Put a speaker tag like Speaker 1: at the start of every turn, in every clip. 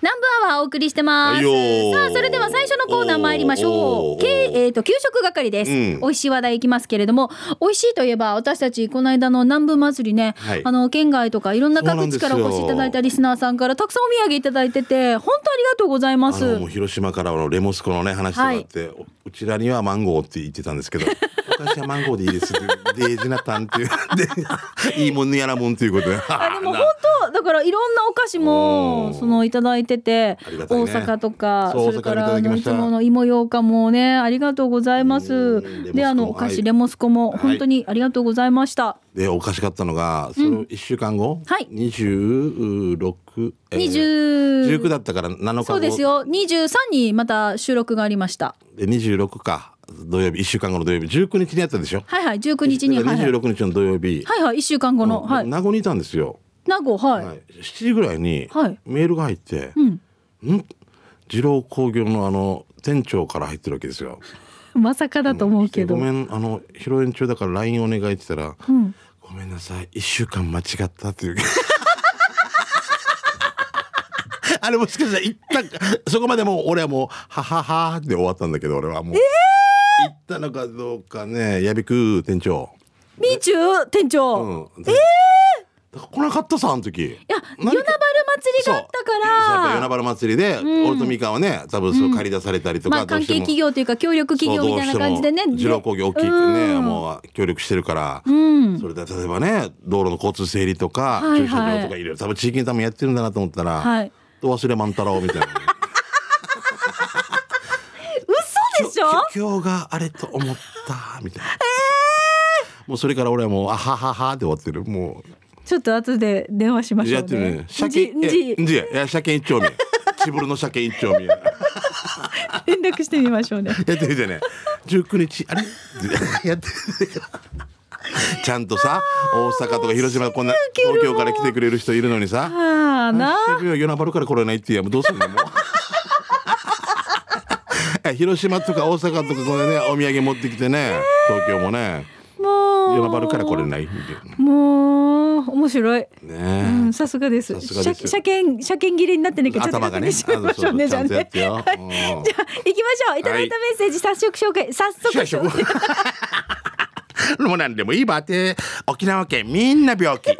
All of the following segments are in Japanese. Speaker 1: 南部アワーお送りしてま
Speaker 2: は
Speaker 1: す
Speaker 2: いよー
Speaker 1: さあそれでは最初のコーナー参りましょ
Speaker 2: お
Speaker 1: う
Speaker 2: ー
Speaker 1: けえー、と給食係です、
Speaker 2: うん
Speaker 1: 美味しい話題いきますけれども美味しいといえば私たちこの間の南部祭りね、
Speaker 2: はい
Speaker 1: あの県外とかいろんな
Speaker 2: そうな
Speaker 1: 各
Speaker 2: ん
Speaker 1: 地
Speaker 2: です
Speaker 1: か
Speaker 2: よ
Speaker 1: らお越しいただいたリスナーさんからたくさんお土産いただいてて本当ありがとうございま
Speaker 2: あの
Speaker 1: す
Speaker 2: もう広島からのレモスコのね話とかあって、おうちらにはマンゴーって言ってたんですけど私はマンゴーでいいですってデージナタンっていう でいいもんねやらもんっていうことで
Speaker 1: あでも本当だからいろんなお菓子も
Speaker 2: おー
Speaker 1: そのいただいてて、
Speaker 2: ありがたい
Speaker 1: 大
Speaker 2: ね
Speaker 1: 阪とか
Speaker 2: そ
Speaker 1: そ
Speaker 2: う
Speaker 1: れから
Speaker 2: 大
Speaker 1: あ
Speaker 2: 阪にいただき
Speaker 1: の
Speaker 2: ま
Speaker 1: い
Speaker 2: し
Speaker 1: つ
Speaker 2: た
Speaker 1: もの芋ようかんもねありがとうございま
Speaker 2: う
Speaker 1: す
Speaker 2: ん
Speaker 1: であの
Speaker 2: レモ
Speaker 1: お
Speaker 2: スコ
Speaker 1: 菓
Speaker 2: もは
Speaker 1: 子
Speaker 2: い
Speaker 1: レモスコも本当にありがとうございました、
Speaker 2: でおかしかったのがその1週間後、
Speaker 1: はい
Speaker 2: 26、えー
Speaker 1: 20
Speaker 2: 19だったから7日後
Speaker 1: そうですよ23にまた収録がありました
Speaker 2: で26か土曜日1週間後の土曜日19日にやったでしょ
Speaker 1: はいはい19日に
Speaker 2: だ
Speaker 1: は
Speaker 2: か
Speaker 1: い
Speaker 2: ら
Speaker 1: はい
Speaker 2: 26日の土曜日、
Speaker 1: はいはい1週間後の、
Speaker 2: うん
Speaker 1: はい
Speaker 2: 名護にいたんですよ、
Speaker 1: 名護はい、
Speaker 2: はい、7時ぐらいに
Speaker 1: はい
Speaker 2: メールが入って、
Speaker 1: うん
Speaker 2: ん二郎工業のあの店長から入ってるわけですよ。
Speaker 1: まさかだと思うけど
Speaker 2: ごめんあの披露宴中だから LINE お願いって言ったら、
Speaker 1: ん
Speaker 2: ごめんなさい一週間間違ったっていう。 あれもしかしたら一旦そこまでもう俺はもうはははで終わったんだけど俺はもう、行ったのかどうかねやびく店長。
Speaker 1: みーちゅー店長、い
Speaker 2: うん。ええだから来なかったさあの時。
Speaker 1: や
Speaker 2: 何
Speaker 1: 与那原祭りがあったから
Speaker 2: 夜なばら祭りで、俺とミカはね多分そう借り出されたりとか、
Speaker 1: まあ、
Speaker 2: どう
Speaker 1: 関
Speaker 2: し
Speaker 1: 係
Speaker 2: ても
Speaker 1: 企業というか協力企業みたいな感じでね
Speaker 2: そうどうしても二郎工業大きくね、
Speaker 1: うん
Speaker 2: もう協力してるから、
Speaker 1: うん
Speaker 2: それで例えばね道路の交通整理とか、
Speaker 1: はいはい
Speaker 2: 駐車場とかいろいろ多分地域に多分やってるんだなと思ったら、
Speaker 1: はい
Speaker 2: 忘れ万太郎みたいな
Speaker 1: 嘘 でしょ
Speaker 2: きょ今日があれと思ったみたいな、もうそれから俺はもうあはははで終わってるも
Speaker 1: ちょっと後で電話しま
Speaker 2: う
Speaker 1: しょ
Speaker 2: や
Speaker 1: う
Speaker 2: って
Speaker 1: ね
Speaker 2: るね車検
Speaker 1: じ
Speaker 2: え
Speaker 1: じ
Speaker 2: じいや車検一丁目チブルの車検一丁目
Speaker 1: 連絡してみましょう ね
Speaker 2: やってみてね19日あれやってみて ちゃんとさ大阪とか広島こんな東京から来てくれる人いるのにさ
Speaker 1: ああな
Speaker 2: 渋谷夜なばるから来れないっていやもうどうす るのもうえ広島とか大阪とかこれねお土産持ってきてね東京もね
Speaker 1: もう
Speaker 2: 夜なばるから来れないみたい
Speaker 1: もう面白い
Speaker 2: な
Speaker 1: う
Speaker 2: ね
Speaker 1: ん、さすがです。
Speaker 2: さすがです
Speaker 1: 車車検車検切れになってなきゃちょっと
Speaker 2: 頭がね
Speaker 1: 確認しましょうね。
Speaker 2: あ
Speaker 1: じゃあ
Speaker 2: そうそう
Speaker 1: ね。はい
Speaker 2: ち
Speaker 1: じゃ
Speaker 2: ゃ
Speaker 1: あ
Speaker 2: ん
Speaker 1: 行
Speaker 2: とやって
Speaker 1: き
Speaker 2: よ
Speaker 1: ま
Speaker 2: うん
Speaker 1: しょう。いただいたメッセージ早速紹介早速
Speaker 2: 社食もうなんでもいいばって沖縄県みんな病気
Speaker 1: 違う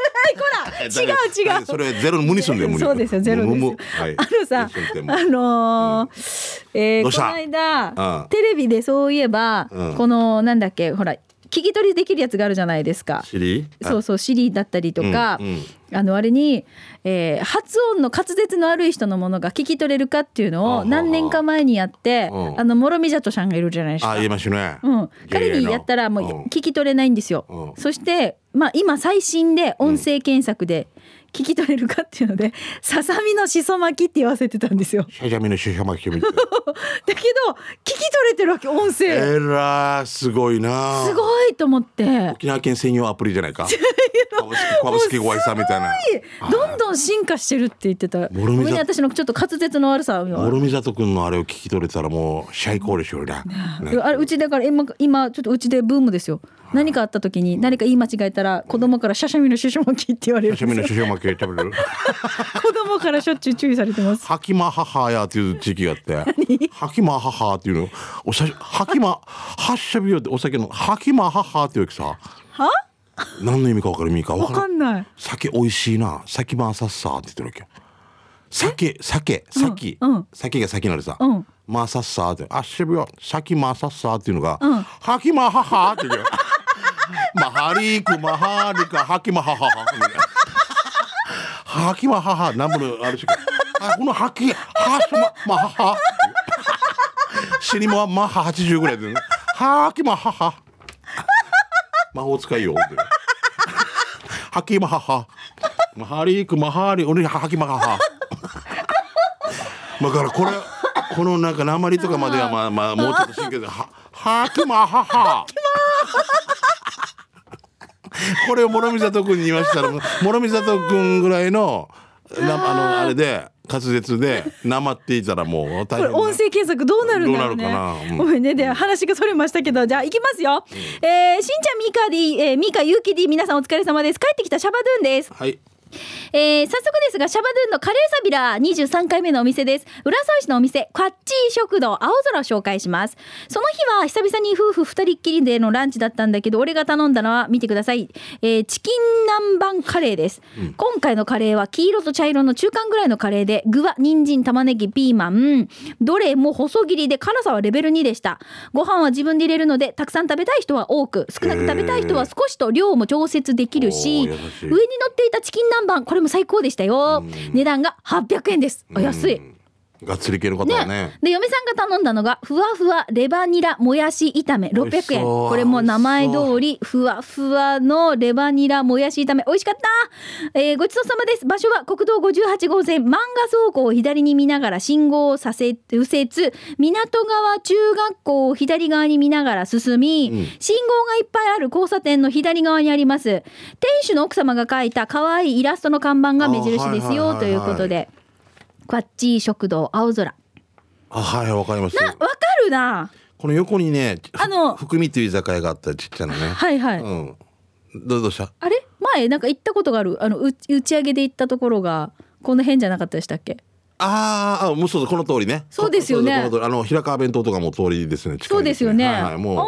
Speaker 1: 違う
Speaker 2: それゼロ無理すんだよ無理
Speaker 1: そうですよゼロですよ
Speaker 2: むむむはい
Speaker 1: あのさ
Speaker 2: 無理すんでも
Speaker 1: あのーえー
Speaker 2: ど
Speaker 1: こ
Speaker 2: うした
Speaker 1: の間、
Speaker 2: うん
Speaker 1: テレビでそういえば、
Speaker 2: うん
Speaker 1: このなんだっけほら聞き取りできるやつがあるじゃないですか。
Speaker 2: シリ
Speaker 1: そうそうシリだったりとか、
Speaker 2: うんうん
Speaker 1: あのあれに、えー発音の滑舌の悪い人のものが聞き取れるかっていうの
Speaker 2: あ
Speaker 1: を
Speaker 2: ー
Speaker 1: 何年か前にやって、
Speaker 2: うん
Speaker 1: あの諸見里ちゃんがいるじゃないです
Speaker 2: あ
Speaker 1: か
Speaker 2: 言いましたね
Speaker 1: うん、
Speaker 2: ゲイの
Speaker 1: 彼にやったら
Speaker 2: うん
Speaker 1: もう聞き取れないんですよ、
Speaker 2: うん
Speaker 1: そして、まあ、今最新で音声検索で聞き取れるかっていうので「ささみのしそ巻き」って言わせてたんですよ
Speaker 2: シャジャミのシュシャマキみたいな
Speaker 1: だけど聞き取れてるわけ音声、
Speaker 2: えらーすごいな
Speaker 1: すごいと思って
Speaker 2: 沖縄県専用アプリじゃないか株式株式ご愛さんみたいな
Speaker 1: どんどん進化してるって言ってた
Speaker 2: 諸見
Speaker 1: ご
Speaker 2: 里
Speaker 1: めんね私のちょっと滑舌の悪さは
Speaker 2: 諸見里君のあれを聞き取れたらもう最高でしょうねね
Speaker 1: あれうちだから今今ちょっとうちでブームですよ何かあった時に誰か言い間違えたら子供から「しゃしゃみのしそ巻き」って言われるん
Speaker 2: シ
Speaker 1: で
Speaker 2: ャジャ
Speaker 1: すよ
Speaker 2: ミのシュシャマキ食べれる
Speaker 1: 子供からしょっちゅう注意されてます
Speaker 2: ハキマハハヤっていう地域があって、ハキマハハっていうの、おしゃ、ハキマ、ハッシャビオってお酒の、ハキマハハっていうわけさ。
Speaker 1: は
Speaker 2: 何の意味かわかる意味かわ
Speaker 1: わ
Speaker 2: から
Speaker 1: か
Speaker 2: ん。
Speaker 1: んない
Speaker 2: 酒美味しいな、酒マーサッサーって言ってるわけよ。酒、酒、酒
Speaker 1: うんうん、
Speaker 2: 酒が先なるさ
Speaker 1: うん。
Speaker 2: マーサッサーって、ハッシャビオ、酒マーサッサーっていうのが
Speaker 1: うん、
Speaker 2: ハキマハハって言うわけよ。 マハリークマハリカハキマハハハみたいな。ハキマハハなんぼのあるしか。あこのハキハシママハハ。シリモはマハ八十ぐらいでね。ハキマハハ。魔法使いよ。ってハキマハハ。マハリークマハリ俺ハキマハハ。だからこれこのなんか鉛とかまではまあまあもうちょっと神経ではハキマハハ。これを諸見里君に言いましたら諸見里君ぐらいのなあのあれで滑舌でなまっていたらもう大
Speaker 1: これ
Speaker 2: 変な
Speaker 1: 音声検索どうなるんだろうね。
Speaker 2: どうなるかなうん
Speaker 1: ごめんねで話がそれましたけどじゃあ行きますよ。えーしんちゃんみーかーでいい、えー、みーかゆうきでいい皆さんお疲れ様です。帰ってきたシャバドゥンです。
Speaker 2: はい
Speaker 1: えー早速ですがシャバドゥンのカレーサビラ23回目のお店です浦添市のお店カッチー食堂青空を紹介しますその日は久々に夫婦二人っきりでのランチだったんだけど俺が頼んだのは見てください、えーチキン南蛮カレーです、今回のカレーは黄色と茶色の中間ぐらいのカレーで具は人参玉ねぎピーマンどれも細切りで辛さはレベル2でしたご飯は自分で入れるのでたくさん食べたい人は多く少なく食べたい人は少しと量も調節できるし
Speaker 2: おー優しい
Speaker 1: 上に乗っていたチキン南蛮これも最高でしたよ
Speaker 2: うん
Speaker 1: 値段が800円ですお安い
Speaker 2: うんがっつり系の方はね
Speaker 1: で嫁さんが頼んだのがふわふわレバニラもやし炒め
Speaker 2: 美味し
Speaker 1: 600円
Speaker 2: そう
Speaker 1: これも名前通りふわふわのレバニラもやし炒め美味しかった、えーごちそうさまです場所は国道58号線漫画倉庫を左に見ながら信号を左折右折港川中学校を左側に見ながら進み、
Speaker 2: うん
Speaker 1: 信号がいっぱいある交差点の左側にあります店主の奥様が描いた可愛いイラストの看板が目印です
Speaker 2: あ
Speaker 1: よ
Speaker 2: ー
Speaker 1: ということ
Speaker 2: はいはいはい
Speaker 1: で「こっち食堂青空」
Speaker 2: あはいわかります
Speaker 1: なわかるな。
Speaker 2: この横にね
Speaker 1: あの
Speaker 2: ふ福見という居酒屋があったちっちゃなね
Speaker 1: はいはい。
Speaker 2: うんどうどうした
Speaker 1: あれ前なんか行ったことがあるあのう打ち上げで行ったところがこの辺じゃなかったでしたっけ？
Speaker 2: あーあもうそうそうこの通りね
Speaker 1: そうですよね
Speaker 2: この通りあの平川弁当とかも通りですね近い
Speaker 1: そうですよね。
Speaker 2: はいはいもう
Speaker 1: おー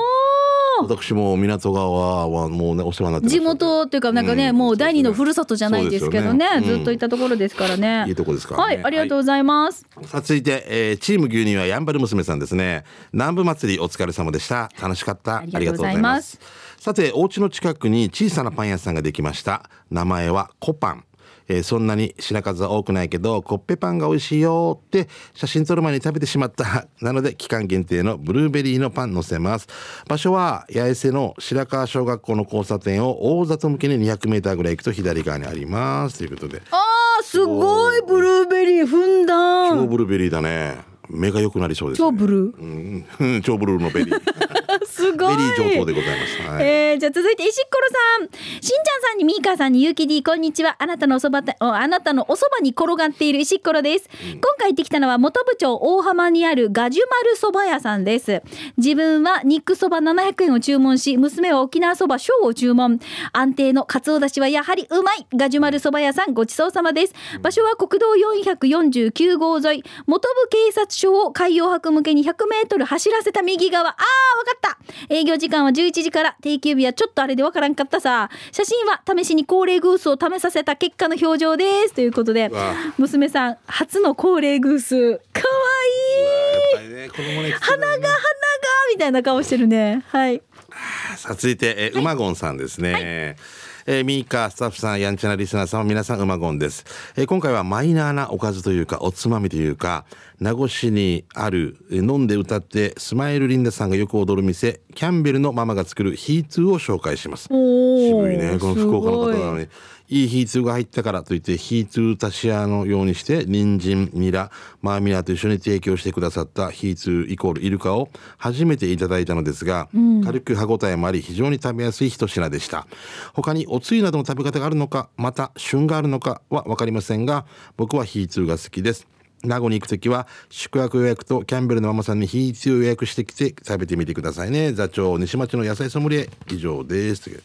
Speaker 2: 私も港川はもうねお世話になってます
Speaker 1: 地元というかなんかね、
Speaker 2: うん
Speaker 1: もう第二の故郷じゃないですけどね
Speaker 2: そうですよね
Speaker 1: ずっと行ったところですからね。
Speaker 2: いいとこですから
Speaker 1: は
Speaker 2: ね
Speaker 1: いありがとうございます。
Speaker 2: さあ続いて、えーチーム牛乳はやんばる娘さんですね南部祭りお疲れ様でした楽しかった
Speaker 1: ありがとうございます
Speaker 2: ありがとうございますさてお家の近くに小さなパン屋さんができました名前はコパンえーそんなに品数は多くないけどコッペパンが美味しいよって写真撮る前に食べてしまった なので期間限定のブルーベリーのパン載せます場所は八重瀬の白川小学校の交差点を大里向けに 200m ぐらい行くと左側にありますということで
Speaker 1: あーすごいブルーベリーふんだ
Speaker 2: 超
Speaker 1: ん。
Speaker 2: ブルーベリーだね目が良くなりそうですね
Speaker 1: 超ブルー。
Speaker 2: うん、超ブルーのベリー。
Speaker 1: す ご
Speaker 2: ベ
Speaker 1: い。
Speaker 2: リー上等でございます。はい
Speaker 1: えーじゃあ続いて石ころさんしんちゃんさんにみーかーさんにゆうき D こんにちはあなたのおそばたおあなたのおそばに転がっている石ころです、今回行ってきたのは元部町大浜にあるガジュマルそば屋さんです自分は肉そば700円を注文し娘は沖縄そば小を注文安定のかつおだしはやはりうまいガジュマルそば屋さんごちそうさまです場所は国道449号沿い元部警察署を海洋博向けに100メートル走らせた右側あーわかった営業時間は11時から定休日はちょっとあれでわからんかったさ写真は試しに高齢グースを試させた結果の表情ですということで
Speaker 2: わあ
Speaker 1: 娘さん初の高齢グースかわいい
Speaker 2: やっぱりね、子供
Speaker 1: 鼻
Speaker 2: ね。
Speaker 1: が鼻がみたいな顔してるねはい
Speaker 2: さあ続いて、えーうまごんさんですね。えーミーカースタッフさんやんちゃなリスナーさん皆さんうまごんです、えー今回はマイナーなおかずというかおつまみというか名護市にある、えー飲んで歌ってスマイルリンダさんがよく踊る店キャンベルのママが作るヒーツーを紹介します
Speaker 1: おー
Speaker 2: 渋いねこの福岡の方なの
Speaker 1: す
Speaker 2: にいいヒーツーが入ったからといってヒーツー足し屋のようにして人参ニラマーミラーと一緒に提供してくださったヒーツーイコールイルカを初めていただいたのですが、軽く歯ごたえもあり非常に食べやすい一品でした他におつゆなどの食べ方があるのかまた旬があるのかは分かりませんが僕はヒーツーが好きです名護に行くときは宿泊予約とキャンベルのママさんにヒーツー予約してきて食べてみてくださいね座長西町の野菜ソムリエ以上ですという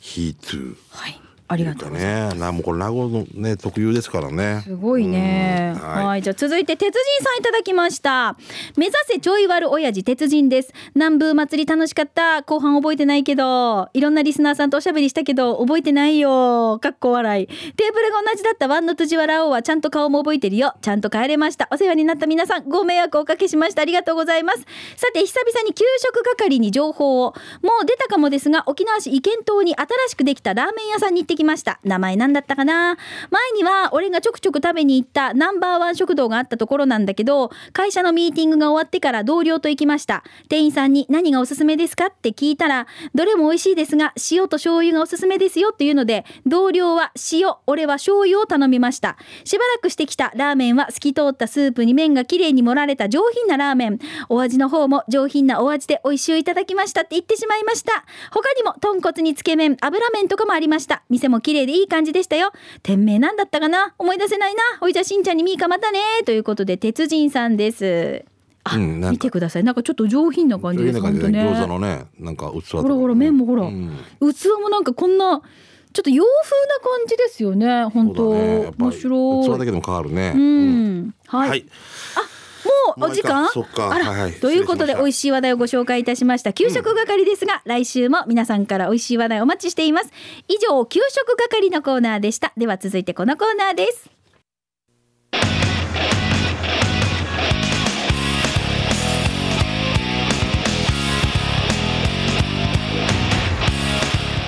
Speaker 2: ヒーツー
Speaker 1: はいありがとうございます
Speaker 2: ねなもうこれ名護のね特有ですからね
Speaker 1: すごいね。
Speaker 2: うん
Speaker 1: は
Speaker 2: はいい
Speaker 1: じゃあ続いて鉄人さんいただきました。目指せちょい悪親父鉄人です。南部祭り楽しかった。後半覚えてないけど、いろんなリスナーさんとおしゃべりしたけど覚えてないよ。かっこ笑い。テーブルが同じだったワンの辻原王はちゃんと顔も覚えてるよ。ちゃんと帰れました。お世話になった皆さんご迷惑をおかけしました。ありがとうございます。さて久々に給食係に情報を。もう出たかもですが沖縄市意見島に新しくできたラーメン屋さんに行ってきました。名前なんだったかな前には俺がちょくちょく食べに行ったナンバーワン食堂があったところなんだけど会社のミーティングが終わってから同僚と行きました店員さんに何がおすすめですかって聞いたらどれも美味しいですが塩と醤油がおすすめですよっていうので同僚は塩俺は醤油を頼みましたしばらくしてきたラーメンは透き通ったスープに麺がきれいに盛られた上品なラーメンお味の方も上品なお味で美味しいをいただきましたって言ってしまいました他にも豚骨につけ麺油麺とかもありました店も綺麗でいい感じでしたよ店名なんだったかな思い出せないなおいじゃあしんちゃんにみーかまたねということで鉄人さんですあ、
Speaker 2: うんなんか
Speaker 1: 見てくださいなんかちょっと上品な感じ
Speaker 2: い
Speaker 1: で
Speaker 2: う
Speaker 1: す
Speaker 2: 感じで
Speaker 1: 本当ね
Speaker 2: 餃子のねなんか器とか
Speaker 1: ほらほら麺もほら、
Speaker 2: うん
Speaker 1: 器もなんかこんなちょっと洋風な感じですよね本当、面白い
Speaker 2: それだけでも変わるね
Speaker 1: う。ん、はい、
Speaker 2: はい。
Speaker 1: もうお時間
Speaker 2: そっか
Speaker 1: あら、
Speaker 2: はいはい
Speaker 1: ということで
Speaker 2: 失礼しまし
Speaker 1: 美
Speaker 2: た
Speaker 1: 味しい話題をご紹介いたしました給食係ですが、来週も皆さんから美味しい話題お待ちしています以上給食係のコーナーでしたでは続いてこのコーナーです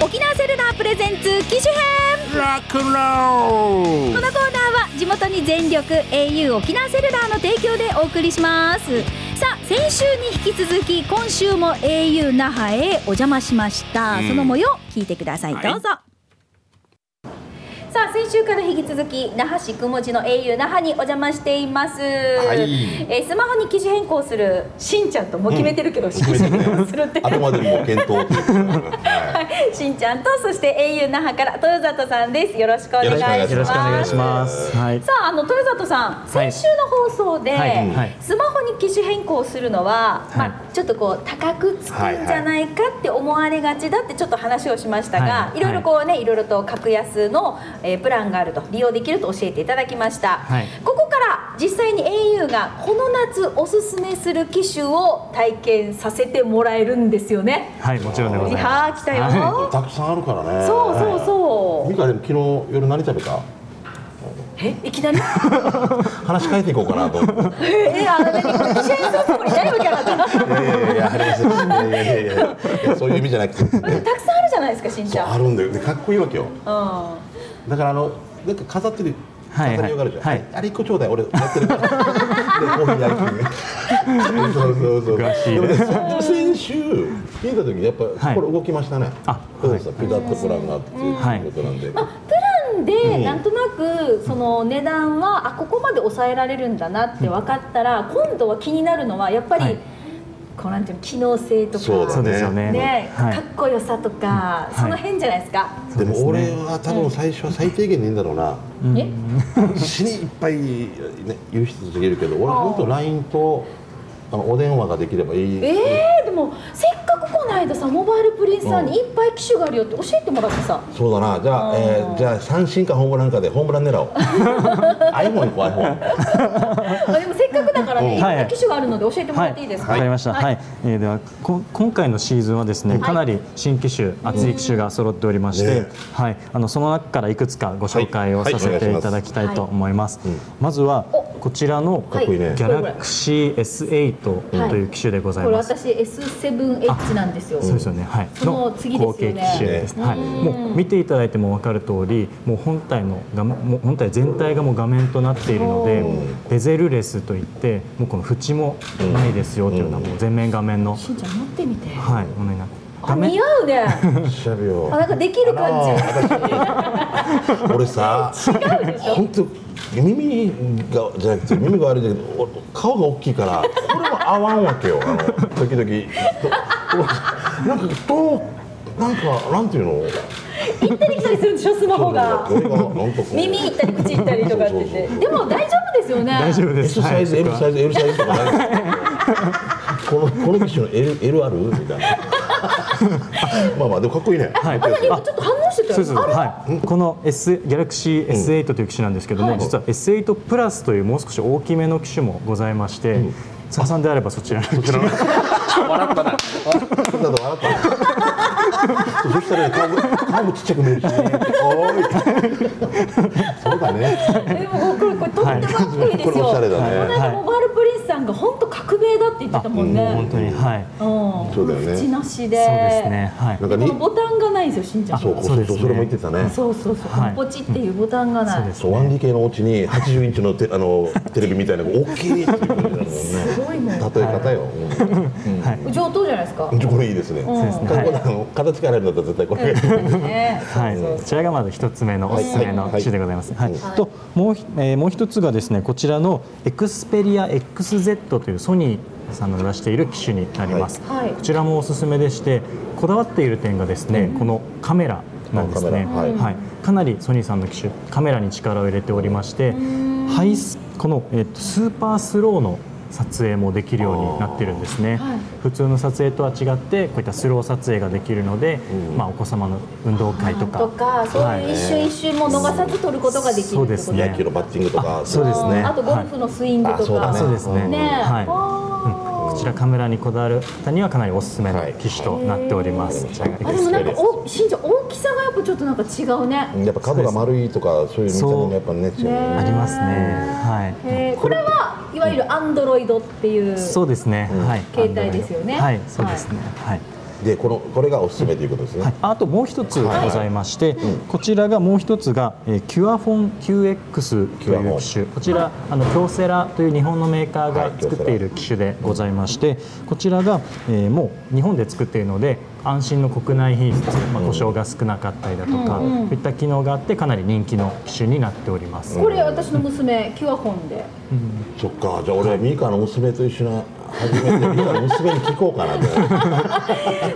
Speaker 1: 沖縄セルラープレゼンツ機種編
Speaker 2: ラックンロー
Speaker 1: この。コー
Speaker 2: ル
Speaker 1: ナーは地元に全力 au 沖縄セルラーの提供でお送りしますさあ先週に引き続き今週も au 那覇へお邪魔しました、
Speaker 2: うん
Speaker 1: その模様聞いてください、
Speaker 2: はい
Speaker 1: どうぞさあ先週から引き続き那覇市雲地の au 那覇にお邪魔しています、
Speaker 2: い
Speaker 1: えースマホに機種変更するしんちゃんともう決めてるけど、しんちゃんとするって
Speaker 2: あくまでも検討ということで。はい
Speaker 1: しんちゃんとそして au 那覇から豊里さんですよろしくお願いします
Speaker 3: よろしくお願いします。はい。
Speaker 1: さあ、あの豊里さん、
Speaker 3: はい
Speaker 1: 先週の放送で、
Speaker 3: はいはい
Speaker 1: スマホに機種変更するのは、
Speaker 3: はい
Speaker 1: まあ、ちょっとこう高くつくんじゃないかって思われがちだってちょっと話をしましたが、、
Speaker 3: はいい
Speaker 1: ろいろこうね、いろいろと格安の、えープランがあると利用できると教えていただきました、
Speaker 3: はい
Speaker 1: ここから実際に au がこの夏おすすめする機種を体験させてもらえるんですよね。
Speaker 3: はい、もちろんでござい
Speaker 1: い
Speaker 3: ます。
Speaker 1: やー来たよ、
Speaker 3: は
Speaker 2: たくさんあるからね。
Speaker 1: そうそうそう
Speaker 2: ミカでも昨日夜何食べた？
Speaker 1: えいきなり
Speaker 2: 話変えていこうかなと思って。
Speaker 1: えあの何これ機種変するつもりないわけなかった
Speaker 2: いやいやいやありますいやいやいやいやいやそういう意味じゃなくて。
Speaker 1: でもたくさんあるじゃないですかしんち
Speaker 2: そう
Speaker 1: ゃん。
Speaker 2: あるんだよねかっこいいわけよ
Speaker 1: うん
Speaker 2: だからあのなんか飾ってる
Speaker 3: はい
Speaker 2: 飾りようがあるじゃん、
Speaker 3: はい
Speaker 2: あれあれ一個ちょうだい俺やってるから でコーヒー焼きそうそうそう
Speaker 3: 詳しいね
Speaker 2: でもねそ先週聞いた時にやっぱ、
Speaker 3: はい
Speaker 2: これ動きましたね
Speaker 3: あ
Speaker 2: そうですピタッとプランがあってって
Speaker 3: はい
Speaker 2: いうことなんで、
Speaker 1: まあ、プランで
Speaker 2: ん
Speaker 1: なんとなくその値段はあここまで抑えられるんだなって分かったら今度は気になるのはやっぱり、
Speaker 3: はい
Speaker 1: こうなんていうの機能性とか
Speaker 2: そうだ
Speaker 3: そうですよね。
Speaker 1: ね
Speaker 3: はい
Speaker 1: かっこよさとか、
Speaker 3: い
Speaker 1: その辺じゃないですか。
Speaker 2: で
Speaker 3: そうす
Speaker 2: も
Speaker 3: ね
Speaker 2: 俺は多分最初は最低限でいいんだろうな、
Speaker 3: うん
Speaker 1: え
Speaker 2: 死にいっぱい、ね、言う人続けるけど俺は本当 LINE とあのお電話ができればいい、
Speaker 1: えー、でもせっかくこの間さモバイルプリンスさんに
Speaker 2: う
Speaker 1: いっぱい機種があるよって教えてもらってさ
Speaker 2: そうだな、じゃあ、え
Speaker 1: うん
Speaker 2: ー、じゃあ三振かホームランかでホームラン狙おう。iPhone 行こう iPhone。
Speaker 1: あでもせっかくだからね
Speaker 2: う
Speaker 1: い
Speaker 2: ん
Speaker 1: ろん
Speaker 3: は
Speaker 1: ない機種があるので教えても
Speaker 3: は
Speaker 1: ら
Speaker 3: い、
Speaker 1: っていいですか、
Speaker 3: わかりました。
Speaker 1: はい
Speaker 3: はい、えーではこ今回のシーズンはですね、かなり新機種、熱い機種が揃っておりまし
Speaker 2: ね
Speaker 3: て
Speaker 2: え、
Speaker 3: はい、あのその中からいくつかご紹介を
Speaker 2: はい
Speaker 3: させて
Speaker 2: はい
Speaker 3: いただきたいと思います
Speaker 2: いお願いし。
Speaker 3: まずは
Speaker 1: お
Speaker 3: こちらの
Speaker 1: か
Speaker 2: っこいいね
Speaker 3: ギャラクシー S8 という機種でござい
Speaker 1: これ
Speaker 3: ます。
Speaker 1: 私 S7H なんですよ
Speaker 3: そうですよね。はい。
Speaker 1: その次ですよね
Speaker 3: 後継機種です。はい。
Speaker 1: うん
Speaker 3: もう見ていただいても分かる通り、もう本体の画面、もう本体全体がもう画面となっているので
Speaker 1: お、
Speaker 3: ベゼルレスといって、もうこの縁もないですよというようなもう全面画面の、
Speaker 1: しんちゃん持ってみて
Speaker 3: はい、ものになって。
Speaker 1: あ
Speaker 3: 画面
Speaker 1: 似合う ね
Speaker 2: しゃべよ
Speaker 1: あなんかできる感じ
Speaker 2: あの俺さ、本当耳がじゃなくて耳が悪いんだけど、俺顔が大きいからこれは合わんわけよ。あの時々ど なんかどうなんかなんていうの。
Speaker 1: 行ったり来たりするんでしょスマホが
Speaker 2: 俺がなんとこう
Speaker 1: 耳行ったり口行ったりとかって言って
Speaker 2: そうそうそう
Speaker 1: でも大丈夫ですよね
Speaker 3: 大丈夫です。
Speaker 2: S
Speaker 3: は
Speaker 2: サ
Speaker 3: い
Speaker 2: イズ、M サイズ、L サイズとかないですこのこの機種の L, L あるみたいな。まあまあでもかっこいいね。
Speaker 3: はい
Speaker 1: あ何今ちょっと反応してたよ
Speaker 3: そうです
Speaker 1: あれ
Speaker 3: はい、この S ギャラクシー S8 という機種なんですけども、
Speaker 1: はい
Speaker 3: 実は S8 プラスというもう少し大きめの機種もございまして、ささんであればそちらの機種
Speaker 2: ちょっと笑った。そしたらね顔も顔もちっちゃく見えるし、ね。おーい。そうだね。
Speaker 1: でもこれこれとってもかっこいいです
Speaker 2: これ
Speaker 1: よ
Speaker 2: おしゃれだ
Speaker 1: この
Speaker 2: ね。
Speaker 1: 間モバイルプリンスさんが本当革命だって言ってたもんね
Speaker 2: あうん
Speaker 1: う
Speaker 2: 本
Speaker 1: ん
Speaker 3: 本当にはい。
Speaker 2: そうだよね
Speaker 1: 口なしで
Speaker 3: そうですね。はい
Speaker 2: な。ん
Speaker 1: こ
Speaker 2: かに
Speaker 1: のボタンがないんですよしんちゃん
Speaker 2: そう
Speaker 3: あそう
Speaker 2: そう
Speaker 3: です
Speaker 2: そう
Speaker 3: ね
Speaker 2: それも言ってたね。
Speaker 1: そうそうそう、
Speaker 3: はい
Speaker 1: ポチっていうボタンがない、
Speaker 3: そうです
Speaker 2: そう 1DK のお家に80インチのテあのテレビみたいなのが大きいっていう感じだもんね。
Speaker 1: すごいね
Speaker 2: 例え方よ。うん
Speaker 3: はい
Speaker 1: 上等じゃないですか、
Speaker 2: うんこれいいですね。
Speaker 1: そうです
Speaker 3: ね
Speaker 2: かっこいいあの形からやるんだったら絶対これ。
Speaker 1: ね
Speaker 3: はい、
Speaker 1: そうそう
Speaker 3: こちらがまず一つ目のおすすめの機種でございます。
Speaker 2: は
Speaker 3: はいい、
Speaker 2: は
Speaker 3: ともうひ、えーもう一つがですねこちらの Xperia XZ というソニーさんの出している機種になります。
Speaker 1: はいはい
Speaker 3: こちらもおすすめでしてこだわっている点がですね、このカメラなんですね。
Speaker 2: あカメラはい
Speaker 3: かなりソニーさんの機種カメラに力を入れておりまして、ハイスこのえっとスーパースローの撮影もできるようになってるんですね、普通の撮影とは違ってこういったスロー撮影ができるので、まあ、お子様の運動会とか
Speaker 1: とかそういう一瞬一瞬も逃さず取ることができるって
Speaker 3: そ
Speaker 1: こ
Speaker 3: う
Speaker 1: と
Speaker 3: で
Speaker 1: ですす
Speaker 3: ね
Speaker 1: ね。
Speaker 2: 野球のバッティングとか
Speaker 3: あそうですね
Speaker 1: あとゴルフのスイングと
Speaker 2: あそう
Speaker 1: か。
Speaker 2: だね
Speaker 3: そうですね
Speaker 1: ねえ。
Speaker 3: はい
Speaker 1: あ
Speaker 3: こちらカメラにこだわる方にはかなりおすすめの機種となっております、
Speaker 2: はいはい
Speaker 1: ーあでもなんかお身長大きさがやっぱちょっとなんか違うね。
Speaker 2: やっぱ角が丸いとかそういう見た目もやっぱね違うよね
Speaker 3: ありますねはい
Speaker 1: えーこれはいわゆるアンドロイドっていう。
Speaker 3: そうですね、はい
Speaker 1: 携帯ですよね
Speaker 3: はいそうですねはい、
Speaker 2: でこのこれがおすすめということですね、
Speaker 3: はい、あともう一つございまして、こちらがもう一つが、えー、キュアフォン QX と
Speaker 2: キュアフ
Speaker 3: い
Speaker 2: ォ
Speaker 3: う
Speaker 2: ン
Speaker 3: 機種こちらあの京セラという日本のメーカー
Speaker 2: はい
Speaker 3: が作っている機種でございましてこちらが、えーもう日本で作っているので安心の国内品質、まあ、故障が少なかったりだとか、そういった機能があってかなり人気の機種になっております、
Speaker 1: これ私の娘キュアホンで。
Speaker 2: そっかじゃあ俺ミカの娘と一緒な初めて ミカの娘に聞こうかなと思って
Speaker 1: でもこれは本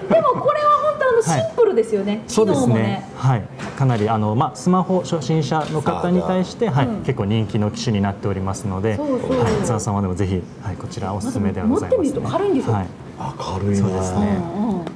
Speaker 1: 当あのシンプルですよね。
Speaker 3: そう
Speaker 1: 機
Speaker 3: で
Speaker 1: 能
Speaker 3: す
Speaker 1: も
Speaker 3: ね
Speaker 1: ね。。
Speaker 3: はい、かなりあのまあスマホ初心者の方に対して、はい、結構人気の機種になっておりますので、
Speaker 1: そうそう
Speaker 3: はい、津田さんはでもぜひはいこちらおすすめではございます、
Speaker 1: 持ってみると軽いんですよ
Speaker 3: はい、
Speaker 2: あ軽い
Speaker 3: そ
Speaker 2: な
Speaker 3: うですね。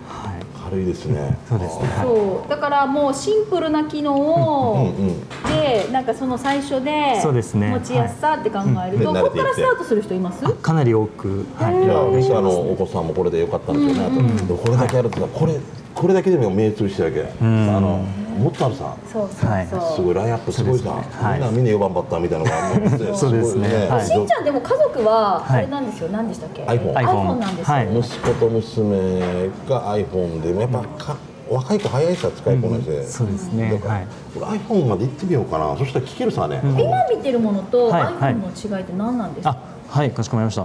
Speaker 3: はい、
Speaker 2: 軽いですね
Speaker 3: そうですね。はい
Speaker 1: そうだからもうシンプルな機能
Speaker 2: うん
Speaker 1: を
Speaker 2: うん
Speaker 1: でなんかその最初で
Speaker 3: そうですね
Speaker 1: 持ちやすさって考えると、
Speaker 2: うんで
Speaker 1: こ
Speaker 2: 慣れ
Speaker 1: こ
Speaker 2: ていって
Speaker 1: からスタートする人います？
Speaker 3: あかなり多く、はい、
Speaker 2: じゃあ
Speaker 3: で
Speaker 2: ミ
Speaker 3: き
Speaker 2: カ
Speaker 3: ます
Speaker 2: のお子さんもこれでよかったんですよね、あとでもこれだけあるとさこれこれだけでも目通してるわけ、
Speaker 3: ん
Speaker 2: あのもっとあるさ
Speaker 1: そうそうそう。
Speaker 3: はい
Speaker 2: すごいラインアップすごいさ、
Speaker 3: そうですねは
Speaker 2: み
Speaker 3: い
Speaker 2: んなみんな4番バッターみたいなのがあるのね
Speaker 3: そうですね
Speaker 2: ごい
Speaker 3: はい
Speaker 1: しんちゃんでも家族は
Speaker 3: はい
Speaker 1: あれなんですよ、何でしたっけ
Speaker 2: iPhone
Speaker 1: iPhone なんですよ、
Speaker 3: はい
Speaker 2: 息子と娘が iPhone でもやっぱか、若い子早いさ使いこなして、
Speaker 3: そうですね
Speaker 2: だから、
Speaker 3: はい
Speaker 2: 俺 iPhone まで行ってみようかなそしたら聞けるさね、
Speaker 1: 今見てるものと
Speaker 3: はい
Speaker 1: iPhone の違いって何なんですか、
Speaker 3: あはいかしこまりました、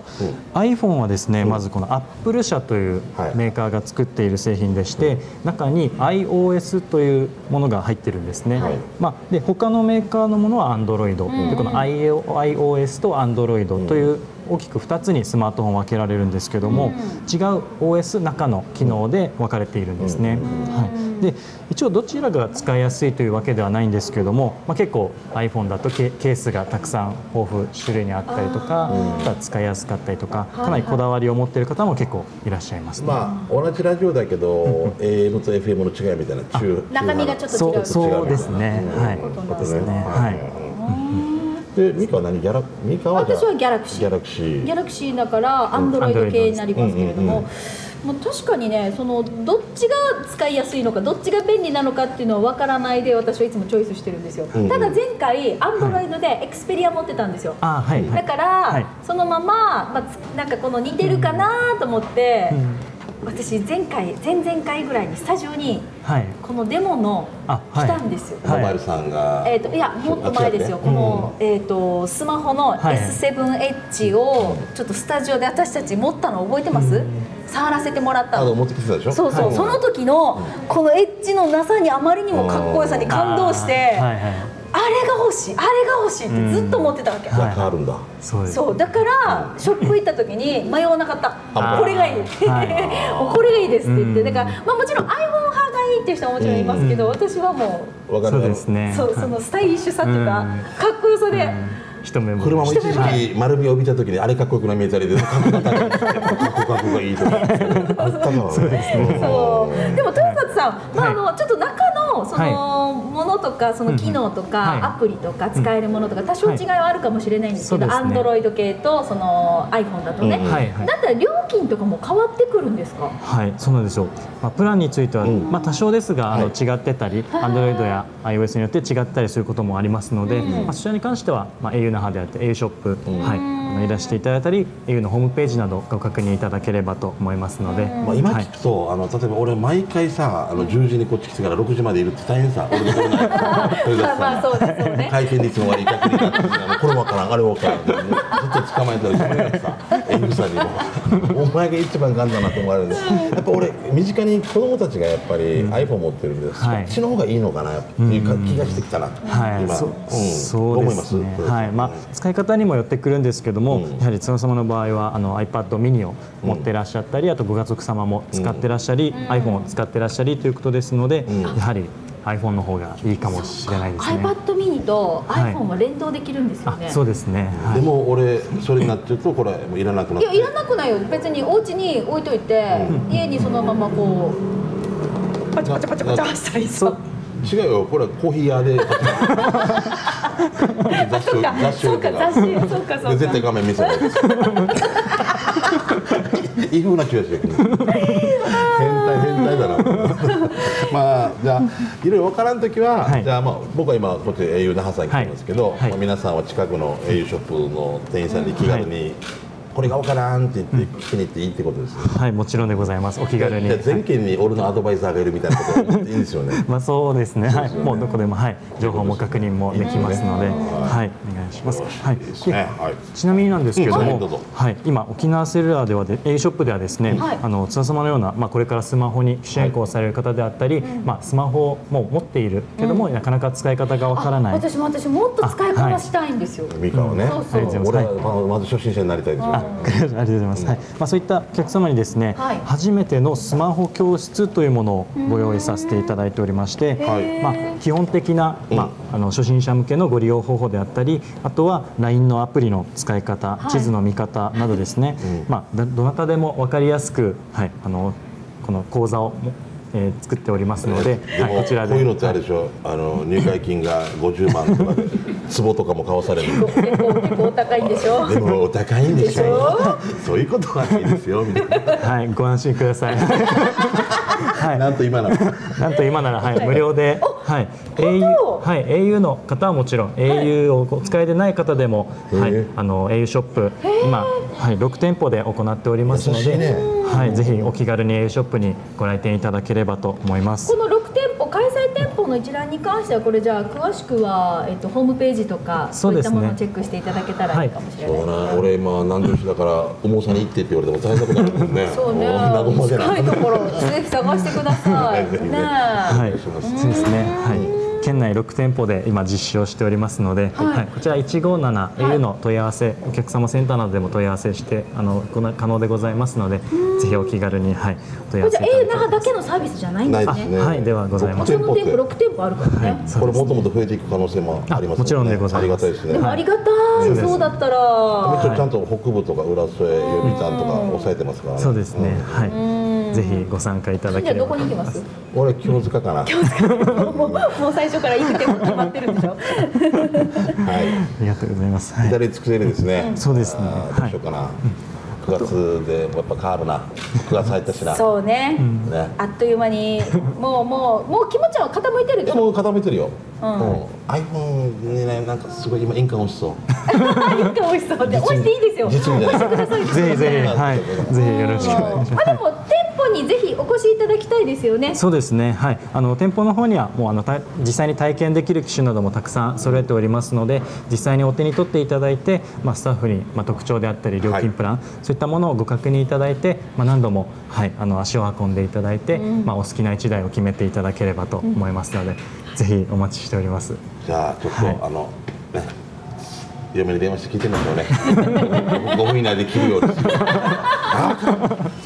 Speaker 3: iPhone はですね、まずこのアップル社という
Speaker 2: はい
Speaker 3: メーカーが作っている製品でして、中に iOS というものが入ってるんですね、
Speaker 2: はい
Speaker 3: まあ、で他のメーカーのものは Android、でこの IO iOS と Android という大きく2つにスマートフォン分けられるんですけども、違う OS 中の機能で分かれているんですね、はい、で一応どちらが使いやすいというわけではないんですけども、まあ、結構 iPhone だとケケースがたくさん豊富種類にあったりとかあとは使いやすかったりとかかなりこだわりを持っている方も結構いらっしゃいますね、
Speaker 2: まあ同じラジオだけど AM と FM の違いみたいな中
Speaker 1: 中身がちょっと違う
Speaker 3: そうそうですね
Speaker 2: うん
Speaker 3: はい
Speaker 2: ことね
Speaker 1: です
Speaker 3: ねはい
Speaker 2: いでミカは何ギャラミカはじゃあ
Speaker 1: 私はギャラクシー
Speaker 2: ギャラクシ
Speaker 1: ギャ
Speaker 2: ー
Speaker 1: ラクシーだからアンドロイド
Speaker 3: Android
Speaker 1: 系になりますけれども、
Speaker 2: うんうん
Speaker 1: もう確かにねそのどっちが使いやすいのかどっちが便利なのかっていうのは分からないで私はいつもチョイスしてるんですよ、
Speaker 2: ん
Speaker 1: ただ前回アンドロイドでエクスペリア持ってたんですよ、
Speaker 3: あはい、は
Speaker 1: だ
Speaker 3: い
Speaker 1: から、
Speaker 3: はい
Speaker 1: そのまま、まあつ、なんかこの似てるかなと思って、
Speaker 3: ん
Speaker 1: 私前回前々回ぐらいにスタジオに
Speaker 3: はい
Speaker 1: このデモの
Speaker 3: あは
Speaker 1: 来
Speaker 3: い
Speaker 1: たんですよ、
Speaker 2: ママルさんが
Speaker 1: えー、といやもっと前ですよ、この、えー、とスマホの
Speaker 3: はい
Speaker 1: S7H をちょっとスタジオで私たち持ったの覚えてます、触らせてもらった
Speaker 2: あの
Speaker 1: の
Speaker 2: 持ってきてたでしょ
Speaker 1: そうそう、その時のこのエッジのなさにあまりにもかっこよさに感動して、
Speaker 3: あーはいはい
Speaker 1: あれが欲しいあれが欲しいってずっと思ってたわけ、
Speaker 3: はい
Speaker 2: 変わるんだ
Speaker 3: そうです
Speaker 1: そうだからショップ行った時に迷わなかった
Speaker 2: あ
Speaker 1: これがいい、
Speaker 3: はい
Speaker 1: お これがいいですって言って
Speaker 3: う
Speaker 1: だ
Speaker 3: ん
Speaker 1: から、まあ、もちろん iPhone 派がいいっていう人はもちろんいますけど私はも
Speaker 2: わかる
Speaker 3: そうですね
Speaker 1: うそうそのスタイリッシュさとかか
Speaker 3: うん
Speaker 1: っこよさで。
Speaker 3: 一目惚れ
Speaker 2: 車も一時期丸みを帯びた時にあれかっこよくない見えたりでかっこよかったねかっこかっこが いいとかあったからそうですね
Speaker 1: そうでもとにかくさん、まあ、あのちょっと中のそのものとかその機能とか、
Speaker 3: うんうんはい
Speaker 1: アプリとか使えるものとか多少
Speaker 3: はい
Speaker 1: 違いはあるかもしれないんですけど、
Speaker 3: そうですね
Speaker 1: Android 系とその iPhone だとね、
Speaker 2: うん
Speaker 3: はいはい
Speaker 1: だったら料金とかも変わってくるんですか
Speaker 3: はい、そうなんですよ。まあ、プランについては、
Speaker 2: うん
Speaker 3: まあ、多少ですが、あの、
Speaker 2: はい
Speaker 3: 違ってたり、Android や iOS によって違ったりすることもありますので、まあ、そちらに関しては、まあ、au 那覇であって au ショップ、はい、あのいらしていただいたり、au のホームページなどご確認いただければと思いますので、
Speaker 2: まあ、今
Speaker 3: はい
Speaker 2: 聞くと、あの例えば俺毎回さあの10時にこっち来てから6時までいるって大変さ俺のこれ ない豊
Speaker 1: ま
Speaker 2: 田
Speaker 1: あまあそ
Speaker 2: さん
Speaker 1: うですよね
Speaker 2: 回転率も悪い逆になってるあのこれわからんあれわからんずっと捕まえたりそれが さエグさにもお前が一番ガンだなと思われるんですやっぱ俺身近に子供たちがやっぱり iPhone 持ってるんで、そ
Speaker 3: は
Speaker 2: っ
Speaker 3: い
Speaker 2: ちの方がいいのかなっていうか気がしてきたな、
Speaker 3: はい、
Speaker 2: 今
Speaker 3: そ
Speaker 2: ん
Speaker 3: そう
Speaker 2: ど
Speaker 3: で
Speaker 2: 思いますす
Speaker 3: ね。はい、まあ使い方にもよってくるんですけども、やはり津野様の場合はあの iPad mini を持ってらっしゃったり、あとご家族様も使ってらっしゃり、iPhone を使ってらっしゃりということですので、やはり iPhone の方がいいかもしれないですね。
Speaker 1: iPad mini と
Speaker 3: はい
Speaker 1: iPhone は連動できるんですよ
Speaker 3: あ
Speaker 1: ね、、
Speaker 3: そうですね。は
Speaker 2: で
Speaker 3: い
Speaker 2: も俺それになってるとこれもういらなくなっ
Speaker 1: いや
Speaker 2: て
Speaker 1: いらなくないよ別にお家に置いといて、家にそのままこうパチパチパチパチパチしたらいい
Speaker 3: そ
Speaker 1: さ
Speaker 3: う
Speaker 2: 違うよこれコーヒー屋 で雑誌
Speaker 1: そうか
Speaker 2: 雑誌
Speaker 1: そうか雑誌そうかそうか
Speaker 2: で絶対画面見せ ないいい風な気がしてくる変態変態だ なまあじゃあいろいろ分からん時は、
Speaker 3: はい
Speaker 2: じゃあまあ僕は今こっち au 那覇さんに来てますけど、
Speaker 3: はいはい
Speaker 2: まあ、皆さんは近くの au ショップの店員さんに気軽に、これが分からんって言って気に入っていいってことですね、
Speaker 3: はい、もちろんでございます。お気
Speaker 2: じゃ
Speaker 3: 軽に。
Speaker 2: あ全県に俺のアドバイザーがいるみたいなこと言っていいんですよね
Speaker 3: まあそうですね。はい、
Speaker 2: そうですよね
Speaker 3: もうどこでもはい、情報も確認もできますので、はい、お願いし ます。はい。
Speaker 2: いいですねはい
Speaker 3: ちなみになんですけれど
Speaker 2: うんは
Speaker 3: も、
Speaker 2: いどうぞ
Speaker 3: はい、今沖縄セルラーではで A ショップではですね、
Speaker 1: はい
Speaker 3: あの津田様のようなまあこれからスマホに機種変更される方であったり、まあスマホをもう持っているけども、なかなか使い方がわからない。
Speaker 1: 私も私もっと使いこ
Speaker 3: あは
Speaker 1: ないしたいんですよ、
Speaker 2: ミカはね、
Speaker 1: そうそうありが
Speaker 3: とうござ
Speaker 2: 俺
Speaker 3: います
Speaker 2: はまず初心者になりたいですよね、
Speaker 3: あ ありがとうございます。はい、まあそういったお客様にですね、
Speaker 1: はい
Speaker 3: 初めてのスマホ教室というものをご用意させていただいておりまして、
Speaker 2: はい
Speaker 3: まあ基本的なまああの初心者向けのご利用方法であったり、あとは LINE のアプリの使い方、
Speaker 1: い
Speaker 3: 地図の見方などですね、まあだどなたでも分かりやすく、はい、あのこの講座をも、えー作っておりますので、
Speaker 2: で
Speaker 3: はい、
Speaker 2: も
Speaker 3: こちらで
Speaker 2: こういうのってあれでしょあの入会金が50万とか で壺とかも買わされる
Speaker 1: 結構結構お高いんでしょ
Speaker 2: でもお高いんでし
Speaker 1: でし
Speaker 2: ょそういうことはないですよみたいな
Speaker 3: はい、ご安心ください。はい、
Speaker 2: なんと今なら
Speaker 3: なんと今なら、はい、無料で、はい、au、はい、au の方はもちろん、au をお使いでない方でも、は
Speaker 2: へえ
Speaker 3: い、あの au ショップ今はい6店舗で行っておりますの
Speaker 2: 優しい
Speaker 3: で、
Speaker 2: ね
Speaker 3: はい、ぜひお気軽に au ショップにご来店いただければと思います
Speaker 1: こ。の6店舗開催店舗の一覧に関してはこれじゃあ詳しくは、えっと、ホームページとか
Speaker 3: そ
Speaker 1: そううい
Speaker 3: で
Speaker 1: っ
Speaker 3: す
Speaker 1: た
Speaker 3: ね
Speaker 1: ものをチェックしていただけたらいいかもしれない
Speaker 2: そうな俺今南城市だから重さに行ってって言われても大変なことあるもんね
Speaker 1: そうね
Speaker 2: もう和までな
Speaker 1: 近いところぜひ探してくだ さい
Speaker 2: ぜひぜひ
Speaker 1: ねえ
Speaker 3: はい、そうですね。はい、県内6店舗で今実施をしておりますので、はい、こちら 157au の問い合わせ、お客様センターなどでも問い合わせしてあのごな可能でございますので、ぜひお気軽にはいお問い合
Speaker 1: これ
Speaker 3: わ
Speaker 1: じ
Speaker 3: せ
Speaker 1: ゃ
Speaker 3: い
Speaker 1: あ
Speaker 3: ただけ
Speaker 1: A 那覇だけのサービスじゃないんで
Speaker 2: な
Speaker 1: す
Speaker 2: い
Speaker 1: ね
Speaker 2: ですね
Speaker 3: あはいではございます
Speaker 2: 六
Speaker 1: この店舗
Speaker 2: 店舗
Speaker 1: 6
Speaker 2: っ
Speaker 1: 店舗あるからね、
Speaker 3: はい
Speaker 2: てこれもともと増えていく可能性もあります
Speaker 3: あもちろんでござい
Speaker 2: ありが
Speaker 3: ます
Speaker 2: たいです
Speaker 1: で
Speaker 2: ね
Speaker 1: もありがたい、
Speaker 3: はい
Speaker 1: そうだったら、
Speaker 2: ちょっとちゃんと北部とか浦添予備団とか抑えてますからね
Speaker 3: そうですね。はい。ぜひご参加いただ
Speaker 1: じゃ
Speaker 3: け
Speaker 1: あ
Speaker 3: れば
Speaker 1: どこに行きます
Speaker 2: 俺清塚かなは
Speaker 1: もうもう最初から行く店舗決まってるんでしょ
Speaker 2: い
Speaker 3: ありがとうございます。はい。
Speaker 2: 左尽くせるですね。
Speaker 3: そうですね
Speaker 2: あーどうしようかな。九、月でやっぱ変わるな。九月入ったしな。
Speaker 1: そうね、
Speaker 2: ね。
Speaker 1: あっという間にもうもうもう気持ちは傾いてる
Speaker 2: で
Speaker 1: でも
Speaker 2: も固めてるよ。うんん。iPhone にねなんかすごい今印鑑押しそう。
Speaker 1: いいって美味しそうで美味しいていいですよ
Speaker 2: 実にじゃない。
Speaker 3: ぜひぜひはい。ぜひよろしくお願いします。
Speaker 1: あでも店舗にぜひお越しいただきたいですよね
Speaker 3: そうですね、はい、あの店舗の方にはもうあのた実際に体験できる機種などもたくさん揃えておりますので実際にお手に取っていただいて、まあ、スタッフに、まあ、特徴であったり料金プラン、そういったものをご確認いただいて、まあ、何度も、はい、あの足を運んでいただいて、まあ、お好きな1台を決めていただければと思いますので、ぜひお待ちしております。
Speaker 2: じゃあちょっと、
Speaker 3: はい
Speaker 2: あのね。嫁に電話して聞いてみましょうね。5分以 内で切るよう です。あ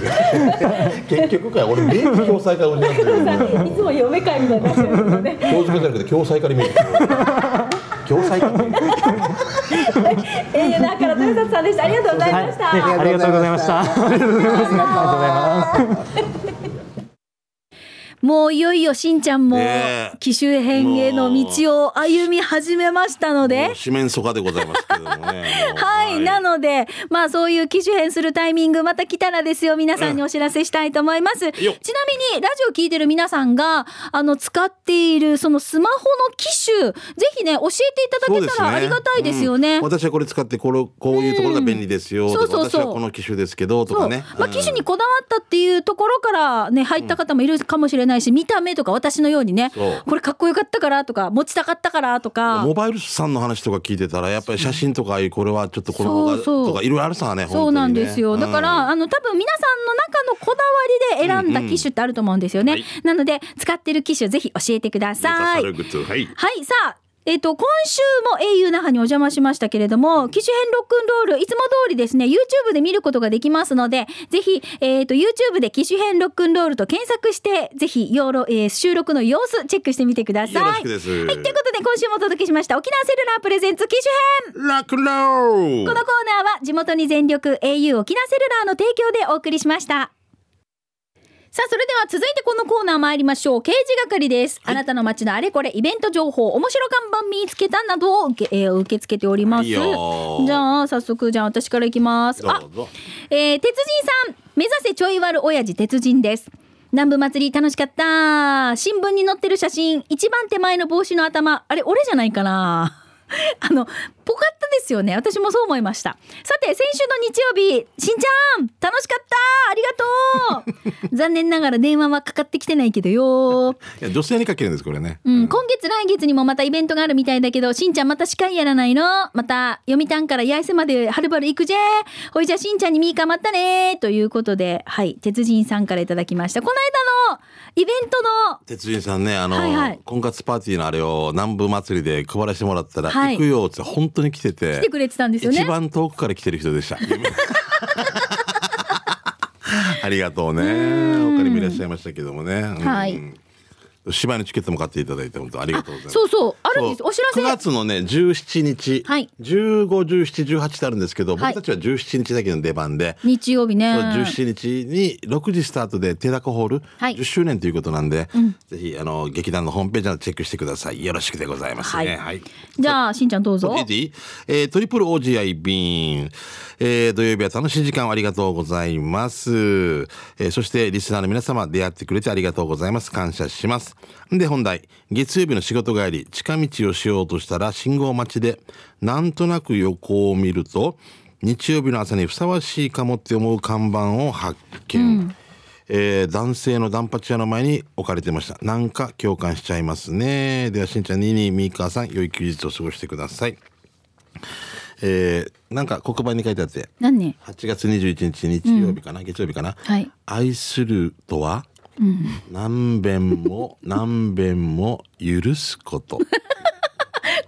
Speaker 2: ー結局かよ俺現役共済から売りなんだよ。
Speaker 1: いつも嫁会みたいになっちゃうんですよね
Speaker 2: 教授じゃなくて共済から見る。共済から見る。
Speaker 1: 英雄だから豊里さんでしたありがとうございました、
Speaker 3: はいありがとうございました。ありがとうございます。ありがとうございます。
Speaker 4: もういよいよしんちゃんも
Speaker 5: ねえ
Speaker 4: 機種変への道を歩み始めましたので
Speaker 5: もう四面楚歌でございますけれども ねもう
Speaker 4: はい、なのでまあそういう機種変するタイミングまた来たらですよ皆さんにお知らせしたいと思います、ちなみに
Speaker 5: よ
Speaker 4: ラジオ聞いてる皆さんがあの使っているそのスマホの機種ぜひね教えていただけたらありがたいですよね
Speaker 5: うん私はこれ使ってこれこういうところが便利ですよとか、
Speaker 4: うんそうそうそう
Speaker 5: 私はこの機種ですけどと
Speaker 4: そ
Speaker 5: か
Speaker 4: う、
Speaker 5: ね。
Speaker 4: まあ、
Speaker 5: うん
Speaker 4: 機種にこだわったっていうところからね入った方もいるかもしれないし、見た目とか私のようにね
Speaker 5: そう
Speaker 4: これかっこよかったからとか持ちたかったからとか
Speaker 5: モバイルさんの話とか聞いてたらやっぱり写真とかああいうこれはちょっとこの方が
Speaker 4: そうそう
Speaker 5: とかいろいろあるさね
Speaker 4: そうなんですよ、
Speaker 5: 本当
Speaker 4: だ
Speaker 5: にね
Speaker 4: から、あの多分皆さんの中のこだわりで選んだ機種ってあると思うんですよね、
Speaker 5: うんうん
Speaker 4: なので使ってる機種ぜひ教えてください
Speaker 5: うん、グッズはい
Speaker 4: はいさあえ
Speaker 1: えっと、今週も au 那覇にお邪魔しましたけれども、機種編ロックンロール、いつも通りですね、YouTube で見ることができますので、ぜひ、えっと、YouTube で機種編ロックンロールと検索して、ぜひ、ようろえー収録の様子、チェックしてみてください。
Speaker 2: よろしくです
Speaker 1: はい、ということで、今週もお届けしました、沖縄セルラープレゼンツ機種編
Speaker 2: ラクロー
Speaker 1: このコーナーは地元に全力 au 沖縄セルラーの提供でお送りしました。さあ、それでは続いてこのコーナー参りましょう。刑事係です。あなたの街のあれこれ、イベント情報、面白看板見つけたなどを受け,、えー受け付けております。
Speaker 2: いい
Speaker 1: じ
Speaker 2: よ
Speaker 1: ゃあ、早速、じゃあ私からいきます。あ
Speaker 2: どうぞ
Speaker 1: えー鉄人さん目指せちょい悪親父鉄人です南部祭り楽しかった新聞に載ってる写真一番手前の帽子の頭あれ俺じゃないかな あのぽかったですよね私もそう思いましたさて先週の日曜日しんちゃん楽しかったありがとう 残念ながら電話はかかってきてないけどよ
Speaker 2: いや女性にかけるんですこれね
Speaker 1: うん、今月来月にもまたイベントがあるみたいだけど、しんちゃんまた司会やらないのまた、読谷から八重瀬まではるばる行くぜほいじゃしんちゃんにみーかまったねということで、はい、鉄人さんからいただきました。この間のイベントの、
Speaker 2: 哲人さんねあの、
Speaker 1: はいはい
Speaker 2: 婚活パーティーのあれを南部祭りで配らせてもらったら、
Speaker 1: はい
Speaker 2: 行くよって本当に来てて
Speaker 1: 来てくれてたんですよね
Speaker 2: 一番遠くから来てる人でした ありがとうね他にもいらっしゃいましたけどもね、うん
Speaker 1: はい
Speaker 2: 芝居のチケットも買っていただいて本当ありがとうございます
Speaker 1: そうそう、あるんです。
Speaker 2: そう
Speaker 1: お知
Speaker 2: 9
Speaker 1: らせ。
Speaker 2: 月のね17日、
Speaker 1: はい
Speaker 2: 15、17、18ってあるんですけど、
Speaker 1: はい
Speaker 2: 僕たちは17日だけの出番で、
Speaker 1: 日曜日ね。
Speaker 2: そう17日に6時スタートで手高ホール
Speaker 1: はい
Speaker 2: 10周年ということなんで、ぜひあの劇団のホームページなどチェックしてくださいよろしくでございますね
Speaker 1: はい
Speaker 2: はい
Speaker 1: じゃあ、しんちゃんどうぞ
Speaker 2: エ。ディ、えートリプル OGI 便、えー土曜日は楽しい時間をありがとうございます、えーそしてリスナーの皆様出会ってくれてありがとうございます感謝しますで本題月曜日の仕事帰り近道をしようとしたら信号待ちでなんとなく横を見ると日曜日の朝にふさわしいかもって思う看板を発見、えー男性のダンパチ屋の前に置かれてましたなんか共感しちゃいますねではしんちゃんににみーかーさん良い休日を過ごしてくださいえーなんか黒板に書いてあって
Speaker 1: 何ね
Speaker 2: 8月21日日曜日かな、月曜日かな、
Speaker 1: はい
Speaker 2: 愛するとは、何べん も何べんも許すこと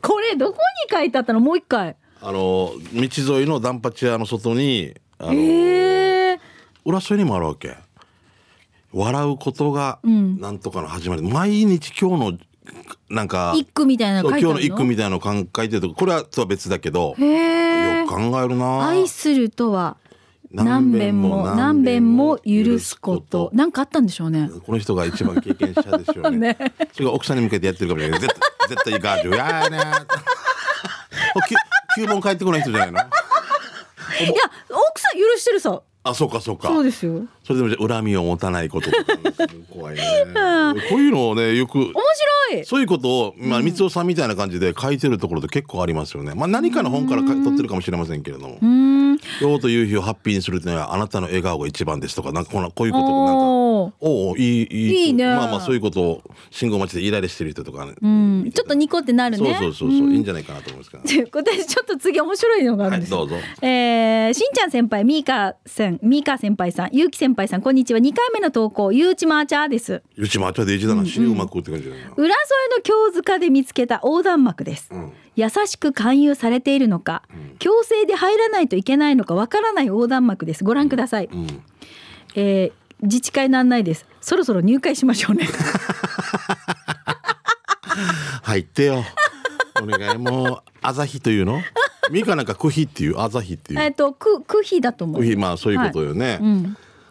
Speaker 1: これ、どこに書いてあったのもう一回。
Speaker 2: あの道沿いのダンパチ屋の外にあの、
Speaker 1: えー、
Speaker 2: 裏添えにもあるわけ笑うことがなんとかの始まり、毎日今日のなんか
Speaker 1: 一句みたいなの
Speaker 2: そう
Speaker 1: 書いてあ
Speaker 2: 今
Speaker 1: るの
Speaker 2: 日の一句みたいなのを考えてるとここれはとは別だけど、
Speaker 1: へ
Speaker 2: よ
Speaker 1: ー
Speaker 2: く考えるな
Speaker 1: 愛するとは、何べんも何べんも許すこと。なんかあったんでしょうね。
Speaker 2: この人が一番経験者でし ょうねそれが奥さんに向けてやってるかもしれないけど絶対絶対ガージュやーねー9本帰ってこない人じゃないの
Speaker 1: いや、奥さん許してるさ。
Speaker 2: あそうかそうか
Speaker 1: そうですよ。面
Speaker 2: それでもじゃあ恨みを持たないこととか怖いねこういうのをねよく
Speaker 1: 白い。
Speaker 2: そういうことを、まあ、三尾さんみたいな感じで書いてるところって結構ありますよね。まあ、何かの本からか撮ってるかもしれませんけれども。今日という日をハッピーにするというのは、あなたの笑顔が一番ですとか、なんかこんな、こういうことをなんか。
Speaker 1: おー
Speaker 2: おうおう、いい、いい。
Speaker 1: いいね
Speaker 2: まあまあ、そういうことを信号待ちでイライラしてる人とかね。
Speaker 1: うん、ちょっとニコってなる
Speaker 2: そう
Speaker 1: ね。
Speaker 2: そうそうそう、いいんじゃないかなと思いますから。
Speaker 1: ということでちょっと次面白いのがあるんですよ、
Speaker 2: はいどうぞ
Speaker 1: えーしんちゃん先輩みーかさんみーか先輩さんゆうき先輩さんこんにちは2回目の投稿ゆうちまーちゃーです
Speaker 2: うちもあっちゃでいいじゃな、死にうまくって感じだよな。
Speaker 1: 浦添の京塚で見つけた横断幕です、優しく勧誘されているのか、強制で入らないといけないのかわからない横断幕ですご覧ください、えー自治会の案内ですそろそろ入会しましょうね
Speaker 2: 入ってよ。お願い、も う、朝日というの。ミカなんか、クヒっていう、朝日ってい う
Speaker 1: え。っとく区費だと思う
Speaker 2: 食費まあそういうことよね、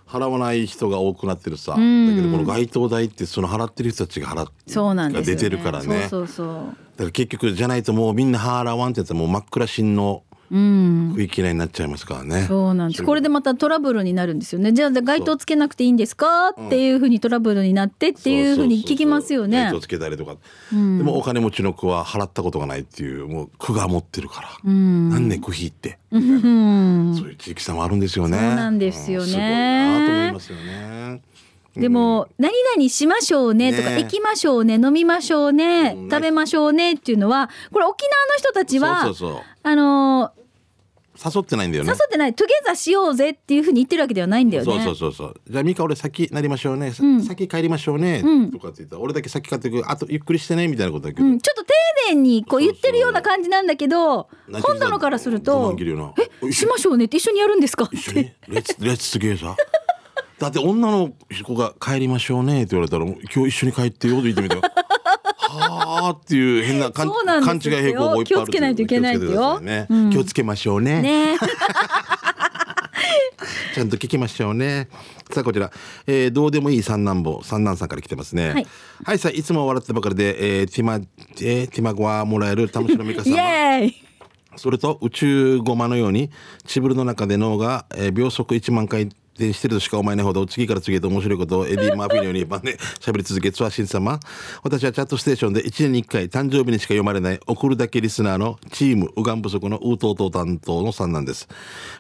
Speaker 2: 払わない人が多くなってるさ、だけどこの街頭代ってその払ってる人たちが払って
Speaker 1: そうなんですよ、ね、
Speaker 2: が出てるからね
Speaker 1: そうそうそう
Speaker 2: だから結局じゃないともうみんな払わんってやつはもう真っ暗心の食い嫌いになっちゃいますからね、
Speaker 1: そうなんです。これでまたトラブルになるんですよね。じゃあ街灯つけなくていいんですかっていうふうにトラブルになってっていうふうに聞きますよね
Speaker 2: そうそうそうそうライト。つけたりとか、でもお金持ちの子は払ったことがないっていうもう区が持ってるから、なんで区費って、そういう地域差もあるんですよね
Speaker 1: そうなんですよね
Speaker 2: うんすごいなと思いますよね
Speaker 1: でも何々しましょうねとか
Speaker 2: ね
Speaker 1: 行きましょうね飲みましょうね
Speaker 2: うん
Speaker 1: 食べましょうねっていうのはこれ沖縄の人たちは
Speaker 2: そうそうそう
Speaker 1: あのー
Speaker 2: 誘ってないんだよね
Speaker 1: 誘ってないトゥゲザしようぜっていうふうに言ってるわけではないんだよね。
Speaker 2: そうそうそうそうじゃあミカ俺先なりましょうね、さ先帰りましょうね、とかって言ったら俺だけ先帰ってくあとゆっくりしてねみたいなことだけど、
Speaker 1: うんちょっと丁面にこう言ってるような感じなんだけど
Speaker 2: 泣き
Speaker 1: 今度のからする
Speaker 2: 不
Speaker 1: と
Speaker 2: 満切れな
Speaker 1: 「えしましょうね」って一緒にやるんですかって
Speaker 2: 一緒にレッツレッツゲーザーだって女の子が帰りましょうねって言われたらもう今日一緒に帰ってよって言ってみてはあっていう変な勘
Speaker 1: そうなん
Speaker 2: 勘違
Speaker 1: ですよ
Speaker 2: い平行もいっぱいある
Speaker 1: 気をつけないといけないってよ
Speaker 2: 気をつけてくださね気をつけましょうね
Speaker 1: ね
Speaker 2: ちゃんと聞きましょうね。さあこちら、えーどうでもいい三男坊三男さんから来てますね。は
Speaker 1: はいい、
Speaker 2: さあいつも笑ってばかりで、えー、ティマ、えー、ティマゴアもらえる田村美 香
Speaker 1: イ
Speaker 2: さん。
Speaker 1: エーイ
Speaker 2: それと宇宙ゴマのようにチブルの中で脳が、えー秒速1万回転してるとしか思えないほど次から次へと面白いことをエディ・マーフィーのように晩年 喋り続けツアー新様私はチャットステーションで1年に1回誕生日にしか読まれない送るだけリスナーのチームウガン不足のウートートー担当のさんなんです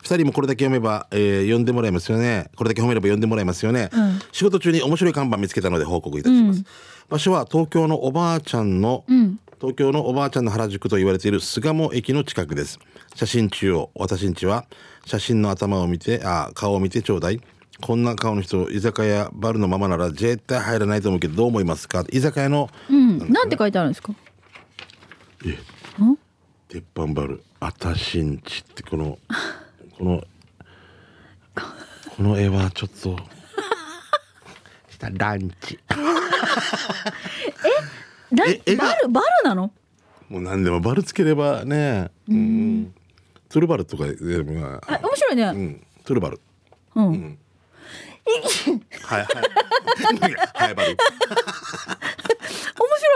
Speaker 2: 2人もこれだけ読めば、えー読んでもらえますよねこれだけ褒めれば読んでもらえますよね、仕事中に面白い看板見つけたので報告いたします、場所は東京のおばあちゃんの、東京のおばあちゃんの原宿と言われている巣鴨駅の近くです写真中央私んちは写真の頭を見てあ顔を見てちょうだいこんな顔の人居酒屋バルのままなら絶対入らないと思うけどどう思いますか居酒屋の
Speaker 1: うんなんて書いてあるんですか
Speaker 2: 鉄板バル私んちってこのこのこの絵はちょっとしたランチ
Speaker 1: ラ
Speaker 2: え絵が
Speaker 1: バルバルなの
Speaker 2: もう何でもバルつければねうんトゥルバルとかでもまあ
Speaker 1: あ面白いね
Speaker 2: う、
Speaker 1: うん
Speaker 2: トゥルバル。
Speaker 1: ん、
Speaker 2: はいはい。はいバル。
Speaker 1: 面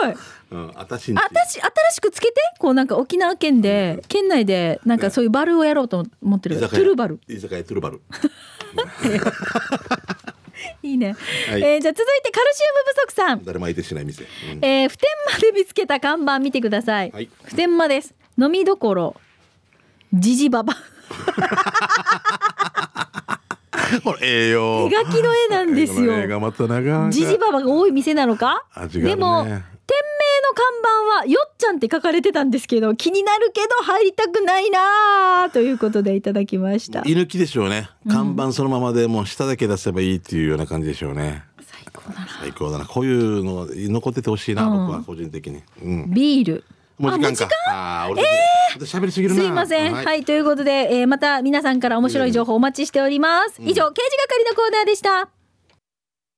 Speaker 1: 白い
Speaker 2: うん、あたしんち。
Speaker 1: あたし新しくつけてこうなんか沖縄県で県内でなんかそういうバルをやろうと思ってる、
Speaker 2: 居
Speaker 1: ト
Speaker 2: 酒屋
Speaker 1: ゥルバル。
Speaker 2: 居酒屋トゥルバル。
Speaker 1: いいね、
Speaker 2: はい
Speaker 1: えーじゃあ続いてカルシウム不足さん
Speaker 2: 誰も相手しない店。うん
Speaker 1: えー、普天間で見つけた看板見てください、
Speaker 2: はい
Speaker 1: 普天間です飲みどころジジババ
Speaker 2: ほら、ええよ
Speaker 1: 手。書きの絵なんですよ
Speaker 2: この 映画また長い。
Speaker 1: ジジババが多い店なのか、
Speaker 2: 味があ
Speaker 1: で
Speaker 2: るね
Speaker 1: も店名の看板はよっちゃんって書かれてたんですけど気になるけど入りたくないなあということでいただきました
Speaker 2: 居抜きでしょうね。看板そのままでもう下だけ出せばいいっていうような感じでしょうね。
Speaker 1: 最高だな
Speaker 2: 最高だな。こういうの残っててほしいな、
Speaker 1: うん
Speaker 2: 僕は個人的に。うん。
Speaker 1: ビール
Speaker 2: もう
Speaker 1: あも
Speaker 2: 時
Speaker 1: う
Speaker 2: 間
Speaker 1: 時
Speaker 2: か。ああー、俺。私喋りすぎるな。
Speaker 1: すいません、
Speaker 2: は
Speaker 1: はい、ということで、えーまた皆さんから面白い情報お待ちしております以上刑事係のコーナーでした